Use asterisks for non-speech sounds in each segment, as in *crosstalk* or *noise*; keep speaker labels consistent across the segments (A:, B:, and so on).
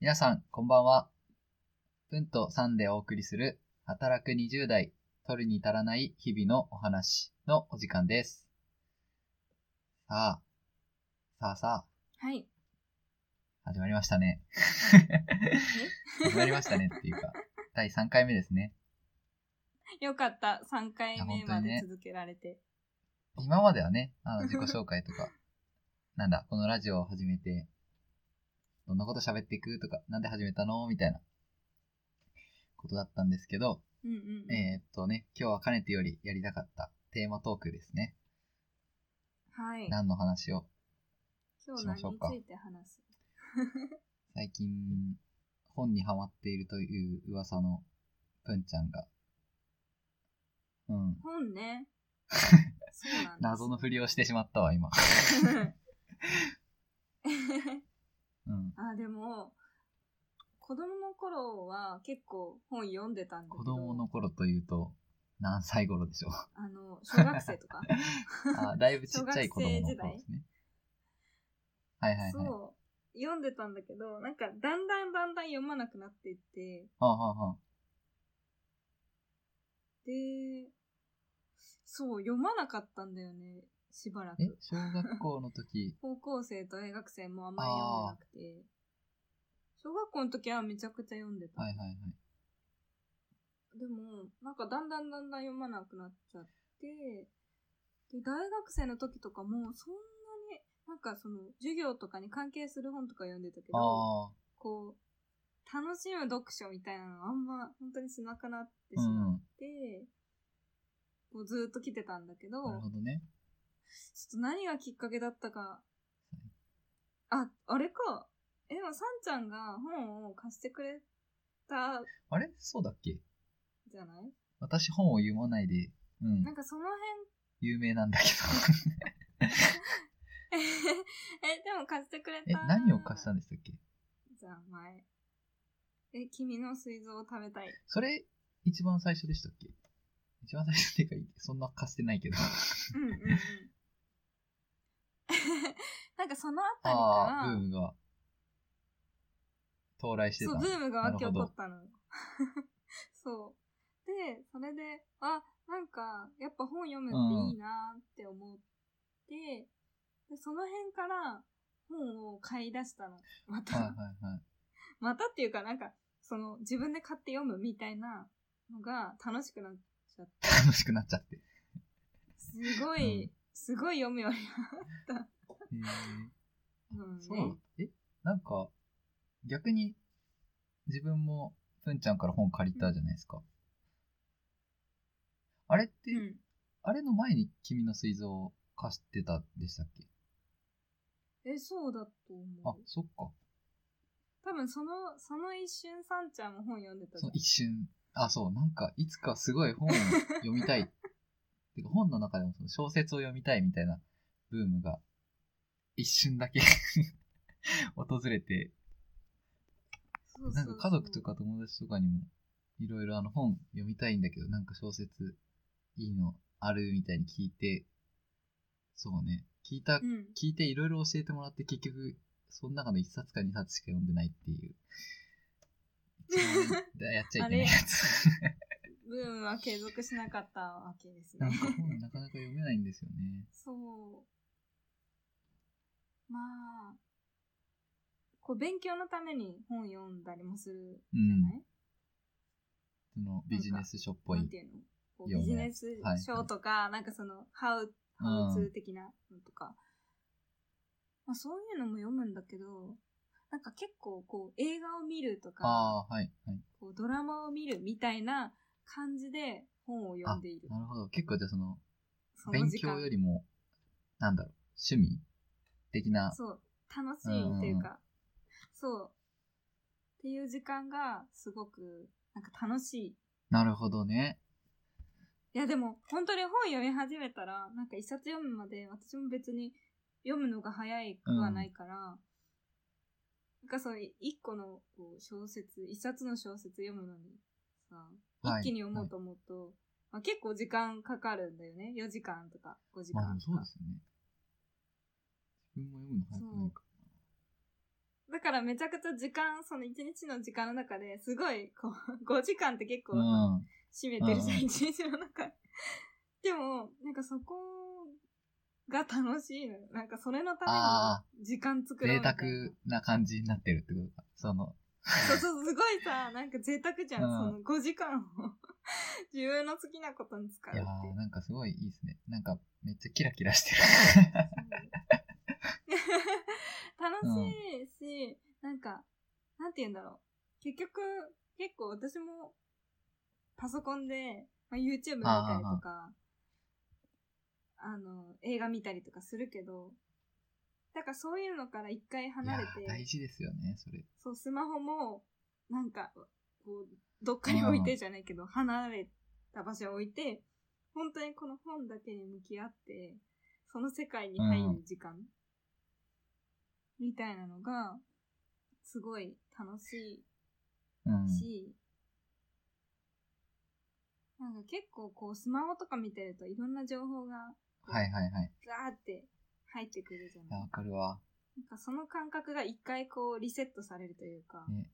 A: 皆さん、こんばんは。プンとサンでお送りする、働く20代、取るに足らない日々のお話のお時間です。さあ、さあさ
B: はい。
A: あ、始まりましたね。始まりましたねっていうか、第3回目ですね。
B: よかった。3回
A: いや本
B: 目
A: 当
B: ま
A: にね
B: で続けられて。
A: 今まではね、あの自己紹介とか、なんだ、このラジオを始めて、どんなこと喋っていくとか、なんで始めたのみたいなことだったんですけど、
B: うんうんうん。
A: えーっとね、今日はかねてよりやりたかったテーマトークですね。
B: はい。
A: 何の話を
B: 今
A: し
B: 日
A: ま
B: 何
A: しょう
B: に
A: か
B: ついて話す
A: 最近、本にハマっているという噂のぷんちゃんが、うん、*laughs*
B: 本ね。そうなんです。
A: 謎のふりをしてしまったわ、今。うん。
B: *laughs* あ、でも、子供の頃は結構本読んでたんだけど、
A: 子供の頃というと、何歳頃でし
B: *laughs*
A: ょう。
B: あの、小学生
A: *laughs*
B: とか。
A: あ、だいぶちっちゃい子供の
B: 小学生時代
A: 頃ですね。はいはいはい。
B: そう。読んでたんだけど、なんかだんだんだんだん読まなくなっていって、
A: はあ、はあはあ、
B: で、そう、読まなかったんだよね、しばら
A: え
B: く。、
A: 小学校の
B: *laughs*
A: 時
B: 高校生と大学生もあんまり読んでなくて、小学校の時はめちゃくちゃ読んでた。
A: はいはいはい。
B: でも、なんかだんだんだんだん読まなくなっちゃって、で、大学生の時とかもそんなに、なんかその授業とかに関係する本とか読んでたけど、
A: ああ、
B: こう、楽しむ読書みたいなのあんま本当にしなくなってし
A: う
B: まっ
A: ん。
B: て、こうずーっと来てたんだけど、
A: なるほどね。
B: ちょっと何がきっかけだったか。あ、あれか。え、でも、さんちゃんが本を貸してくれた
A: あれそうだっけ
B: じゃない
A: 私本を読まないで、うん
B: なん、かその
A: 有名なんだけ
B: *laughs*
A: ど。
B: 辺、え、でも貸してくれた。
A: え、何を貸した
B: の
A: んでしたっけ
B: じゃあ、前。え、君の水蔵を食べたい。
A: それ、一番最初でしたっけ一番最初っていうか、そんな貸してないけど。
B: うんうんうん。 *laughs* なんかそのあた
A: *laughs*
B: り
A: ああ、ブー
B: から、
A: ムが、到来してた
B: そ
A: の。
B: う、ブームがわけ起こったの。 *laughs* そう。で、それで、あ、なんか、やっぱ本読むっていいなーって思って、で、その辺から本を買い出したの。また、
A: はいはいはい。
B: *laughs* またっていうか、なんか、その、自分で買って読むみたいなのが楽しくなっちゃって、
A: *laughs* 楽しくなっちゃって。へ
B: すご
A: う
B: い、
A: ん
B: すごい読むようにな
A: ー
B: ったのね。
A: そうだったえなんか、逆に、自分も、ふんちゃんから本借りたじゃないですか。あれって、
B: うん。
A: あれの前に君の水蔵を貸してたでしたっけ
B: え、そうだと
A: あ
B: 思う、。
A: そっか。
B: 多分その、その一瞬、さんちゃんも本読んでたじ
A: そ
B: ゃ
A: の
B: ん
A: 一瞬、あ、そう、なんか、いつかすごい本を読みたい。 *laughs* てか、本の中でもその小説を読みたいみたいなブームが、一瞬だけ *laughs* 訪れて、
B: そうそ
A: な
B: うんそう
A: か家族とか友達とかにも、いろいろあの本読みたいんだけど、なんか小説いいのあるみたいに聞いて、そうね、聞いた、
B: うん、
A: 聞いていろいろ教えてもらって結局、その中の一冊か二冊しか読んでないっていう。一番やっちゃいけないやつ。
B: ブームは継続しなかったわけです
A: なん
B: ね
A: か。本なかなか読めないんですよね。
B: そう。まあ、こう勉強のために本読んだりもするじゃない、
A: そのビジネス書っぽい。
B: なんていうのこう
A: よ
B: ビ
A: ね
B: ジネス
A: はい
B: 書とか、なんかその、ハウ、ハウツー的なのとか、まあ、そういうのも読むんだけど、なんか結構こう映画を見るとか、
A: ああ、はい、はい。
B: こうドラマを見るみたいな感じで本を読んでいる。
A: なるほど。結構じゃあその、
B: その
A: 勉
B: 時間
A: 強よりも、なんだろう、趣味的な。
B: そう、楽しいっていうか、そう、っていう時間がすごく、なんか楽しい。
A: なるほどね。
B: いやでも、本当に本読み始めたら、なんか一冊読むまで、私も別に読むのが早くはないから、なんかそう、一個のこう小説、一冊の小説読むのにさ、
A: はい
B: 一気に読もうと思うと、まあ、結構時間かかるんだよね。4時間とか5時
A: まあで
B: 間
A: も
B: と
A: そう
B: か
A: で。すよね。自分も読むの早くないか
B: だからめちゃくちゃ時間、その一日の時間の中ですごい、こう、5時間 *laughs* って結構
A: うん。うん
B: 占めてるじゃん、
A: うん
B: 一日の中。でも、なんかそこが楽しいのよ。なんかそれのた
A: あ
B: めに時間作ろう
A: 贅
B: みたい
A: 沢
B: な。
A: な感じになってるってことか。その、
B: そうそう、すごいさ、なんか贅沢じゃん。
A: う
B: その5時間を *laughs* 自分の好きなことに使うっ
A: い
B: て
A: や
B: いう
A: ー、。なんかすごいいいですね。なんか、めっちゃキラキラ
B: *laughs*
A: してる。
B: 楽しいし、なんか、なんて言うんだろう。結局、結構私も、パソコンで、まあ、YouTube 見たりとか、あの、映画見たりとかするけど、だからそういうのから一回
A: いや
B: 離れ
A: ー大
B: て、
A: 事ですよね、それ。
B: そう、スマホも、なんか、こう、どっかに置いてじゃないけど、離れた場所に置いて、本当にこの本だけに向き合って、その世界に入る時間、みたいなのが、すごい楽し
A: うん
B: い。し、なんか結構こう、スマホとか見てるといろんな情報が、
A: はいはいはい。
B: ザーって入ってくるじゃ
A: いや、
B: ない
A: わかるわ。
B: なんかその感覚が一回こうリセットされるというか、
A: ね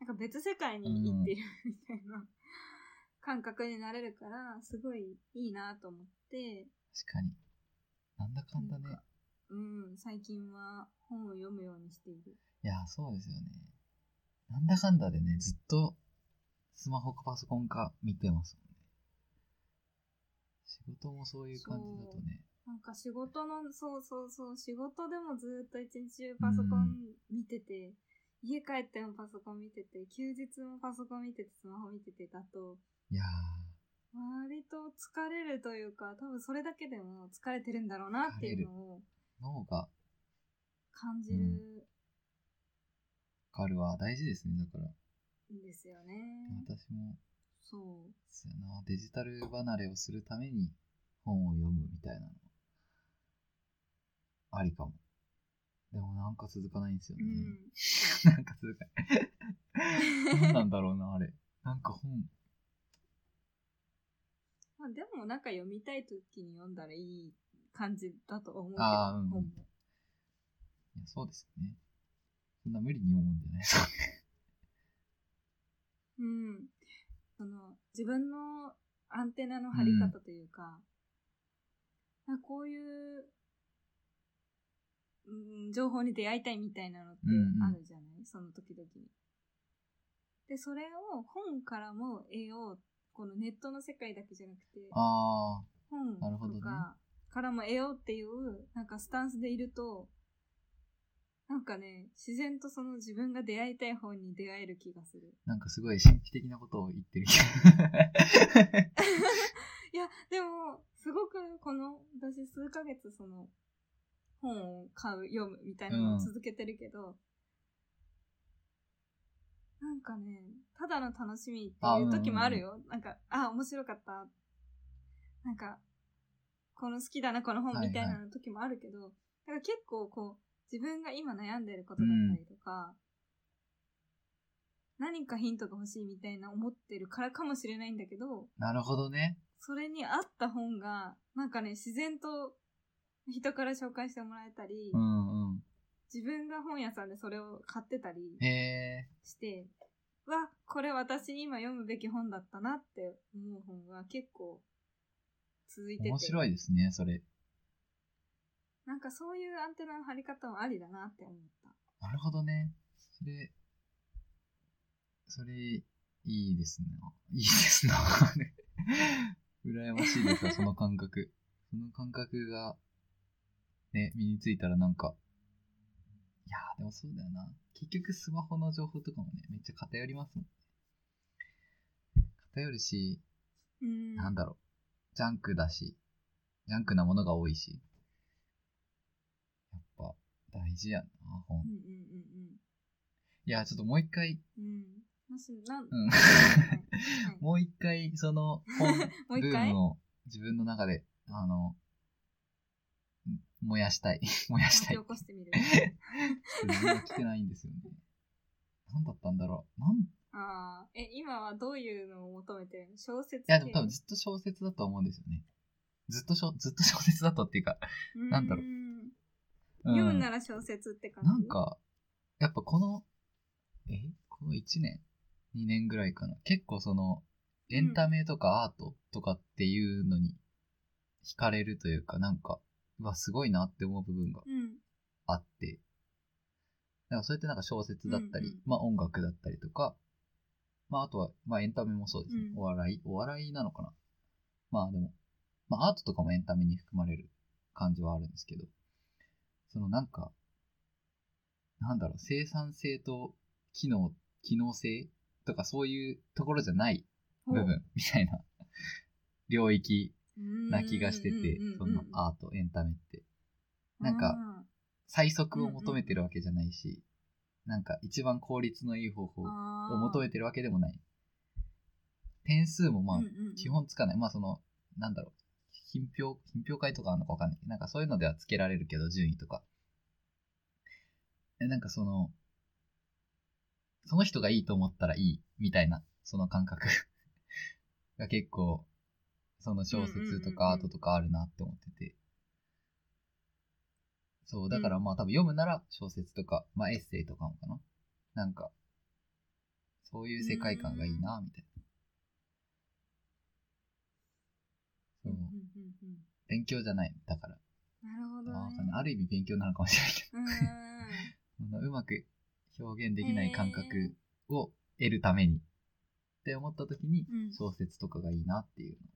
B: なんか別世界に行ってるみたいな *laughs* 感覚になれるから、すごいいいなと思って、
A: 確かに。なんだかんだね
B: なん。かうん、最近は本を読むようにしている。
A: いや、そうですよね。なんだかんだでね、ずっと、スマホかパソコンか見てますもんね。仕事もそういう感じだとね。
B: なんか仕事の、そうそうそう、仕事でもずっと一日中パソコン見てて、家帰ってもパソコン見てて、休日もパソコン見てて、スマホ見ててだと、
A: いや
B: 割と疲れるというか、多分それだけでも疲れてるんだろうなっていうのを
A: ー、脳がわ
B: 感じる
A: かるわ。大事ですね、だから。
B: んですよね。
A: 私も、
B: そう。
A: そうやな、デジタル離れをするために本を読むみたいなのはありかも。でもなんか続かないんですよ
B: う
A: ね。*laughs*
B: ん。
A: なんか続かない。何なんだろうな、あれ。なんか本、
B: まあでもなんか読みたい時に読んだらいい感じだと思うけど、
A: あーうん
B: 本も。
A: いやそうですよね。そんな無理に読むんじゃない *laughs* ですか。
B: うん。その、自分のアンテナの張り方というか、なんかこういう、うん、情報に出会いたいみたいなのって
A: うんうん
B: あるじゃない、その時々に。で、それを本からも得よう。このネットの世界だけじゃなくて、
A: あ
B: 本
A: なるほど
B: と
A: ね
B: かからも得ようっていう、なんかスタンスでいると、なんかね、自然とその自分が出会いたい方に出会える気がする。
A: あ、なんかすごい神秘的なことを言ってる *laughs* 気が。
B: いや、でも、すごくこの、私数ヶ月その、本を買う、読むみたいなの
A: う
B: を
A: ん
B: 続けてるけど、なんかね、ただの楽しみっていう時もあるよ。なんか、あ、面白かった。なんか、この好きだな、この本
A: はいはい
B: みたいな時もあるけど、だから結構こう、自分が今悩んでることだったりとか、何かヒントが欲しいみたいな思ってるからかもしれないんだけど、
A: なるほどね。
B: それに合った本が、なんかね、自然と人から紹介してもらえたり、
A: うんう
B: 自分が本屋さんでそれを買ってたり
A: ん。へえ。
B: して、わ、これ私今読むべき本だったなって思う本が結構続いてて、
A: 面白いですね、それ。
B: なんかそういうアンテナの張り方もありだなって思った。
A: なるほどね。それ、それ、いいですね。 *laughs* いいですな。 *laughs* 羨ましいですよ、その感覚。その感覚が、ね、身についたらなんか、いやー、でもそうだよな。結局スマホの情報とかもね、めっちゃ偏りますもん。偏るし、
B: うん。
A: なんだろう、ジャンクだし、ジャンクなものが多いし。やっぱ、大事やな、本
B: うん。うんうん
A: いや、ちょっともう一回、
B: うん。うん。もし、なん、
A: うん
B: *laughs* はいはい
A: *laughs* もう一回、そ
B: *laughs*
A: の、本
B: もう
A: ブ
B: 一回
A: ームを自分の中で、あの、ん燃やしたい。 *laughs* 燃やし
B: 巻
A: た
B: き
A: い。
B: 起こしてみる。
A: 自分が来てないんですよね。何だったんだろう。なんい
B: ああ、え、今はどういうのを求めてるの小説
A: や、でも多分
B: 系
A: ずっと小説だと思うんですよね。ずっとしょ、ずっと小説だとっていうか、なんだろう
B: うーん
A: うん
B: 読むなら小説って感じ
A: なんか、やっぱこの、えこの1年 ?2 年ぐらいかな。結構その、エンタメとかアートとかっていうのに惹かれるというか、なんか、うわ、すごいなって思う部分が
B: うん。
A: あって、だからそれってなんか小説だったり、
B: うんうん
A: まあ音楽だったりとか、まああとは、まあエンタメもそうですね。
B: うん
A: お笑いお笑いなのかなまあでも、まあアートとかもエンタメに含まれる感じはあるんですけど、そのなんか、なんだろう、生産性と機能、機能性とかそういうところじゃない部
B: ほう
A: 分みたい
B: *laughs*
A: な領域な気がして
B: うん
A: て
B: うん、
A: そ
B: うんうん
A: のアート、エンタメって。なんか最速を求めてるわけじゃないし、なんか一番効率のいい方法
B: うん、
A: を
B: あー
A: 求めてるわけでもない。点数もまあ
B: うん、うんうん
A: 基本つかない。まあその、なんだろう、品評、品評会とかあるのかわかんないけど、なんかそういうのではつけられるけど、順位とか。えなんかその、その人がいいと思ったらいい、みたいな、その感覚 *laughs* が結構、その小説とか
B: う
A: ア
B: んうんうんうん
A: ートとかあるなって思ってて。そう、だからまあ多分読むなら小説とか、まあエッセイとかもかな。なんか、そういう世界観がいいな、みたい
B: うん
A: な。
B: う
A: そ
B: ん
A: う
B: うんうん
A: 勉強じゃない。だから。
B: なるほど、
A: まあわ
B: ね
A: かんないある意味勉強なのかもしれないけ
B: うんうんうん
A: ど、 *laughs* あのうまく表現できない感
B: へ
A: 覚を得るためにって思った時に *laughs*
B: うん
A: 小説とかがいいなっていうの。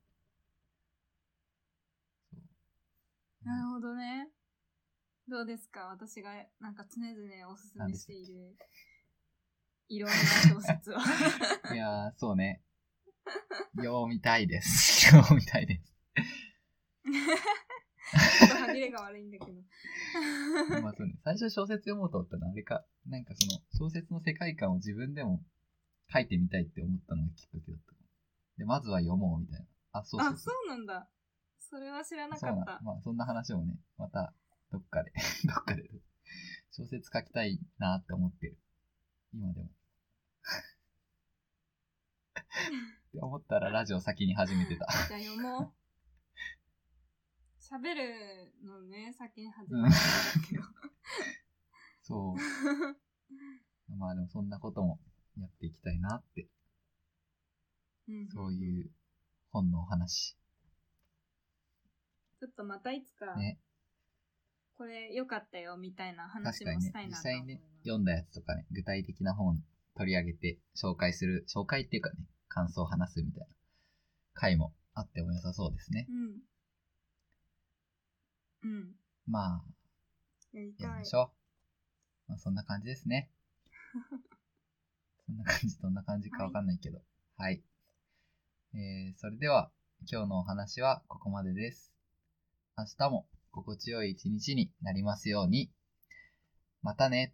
A: そう
B: なるほどね。どうですか私がなんか常々おすすめしているいろんな小説は。 *laughs*
A: いやー、そうね。よう見たいです。 *laughs* よう見たいです。
B: ちょっと歯切れが悪いんだけど。
A: まあそうね、最初小説読もうと思ったのはあれか、なんかその小説の世界観を自分でも書いてみたいって思ったのがきっかけだったかもで、まずは読もうみたいな。あ、そうそう
B: あ、
A: そ。
B: そううなんだ。それは知らな
A: そ
B: か
A: う
B: っ
A: な
B: た。
A: まあそんな話もね、またどっかで、 *laughs* どっかで小説書きたいなって思ってる。今でも。 *laughs* って思ったらラジオ先に始めてた。
B: じゃあ読もう。喋るのね、先に始
A: うん *laughs*
B: めたんだけど。
A: そう。まあでもそんなこともやっていきたいなって、
B: んんん
A: そういう本のお話。
B: ちょっとまたいつか、
A: ね
B: これ良かったよみたいな
A: 確か
B: 話も
A: にね
B: したい、
A: 実
B: なと
A: 際
B: 思
A: に
B: い
A: ね
B: ます。
A: 読んだやつとかね、具体的な本取り上げて紹介する、紹介っていうかね、感想を話すみたいな回もあっても良さそうですね。
B: うん。うん。
A: まあ、
B: や
A: や
B: り
A: り
B: たい
A: ま。しょう。まあ、そんな感じですね。 *laughs* そんな感じ、どんな感じかわかんないけど。はい、えーそれでは、今日のお話はここまでです。明日も心地よい一日になりますように。またね。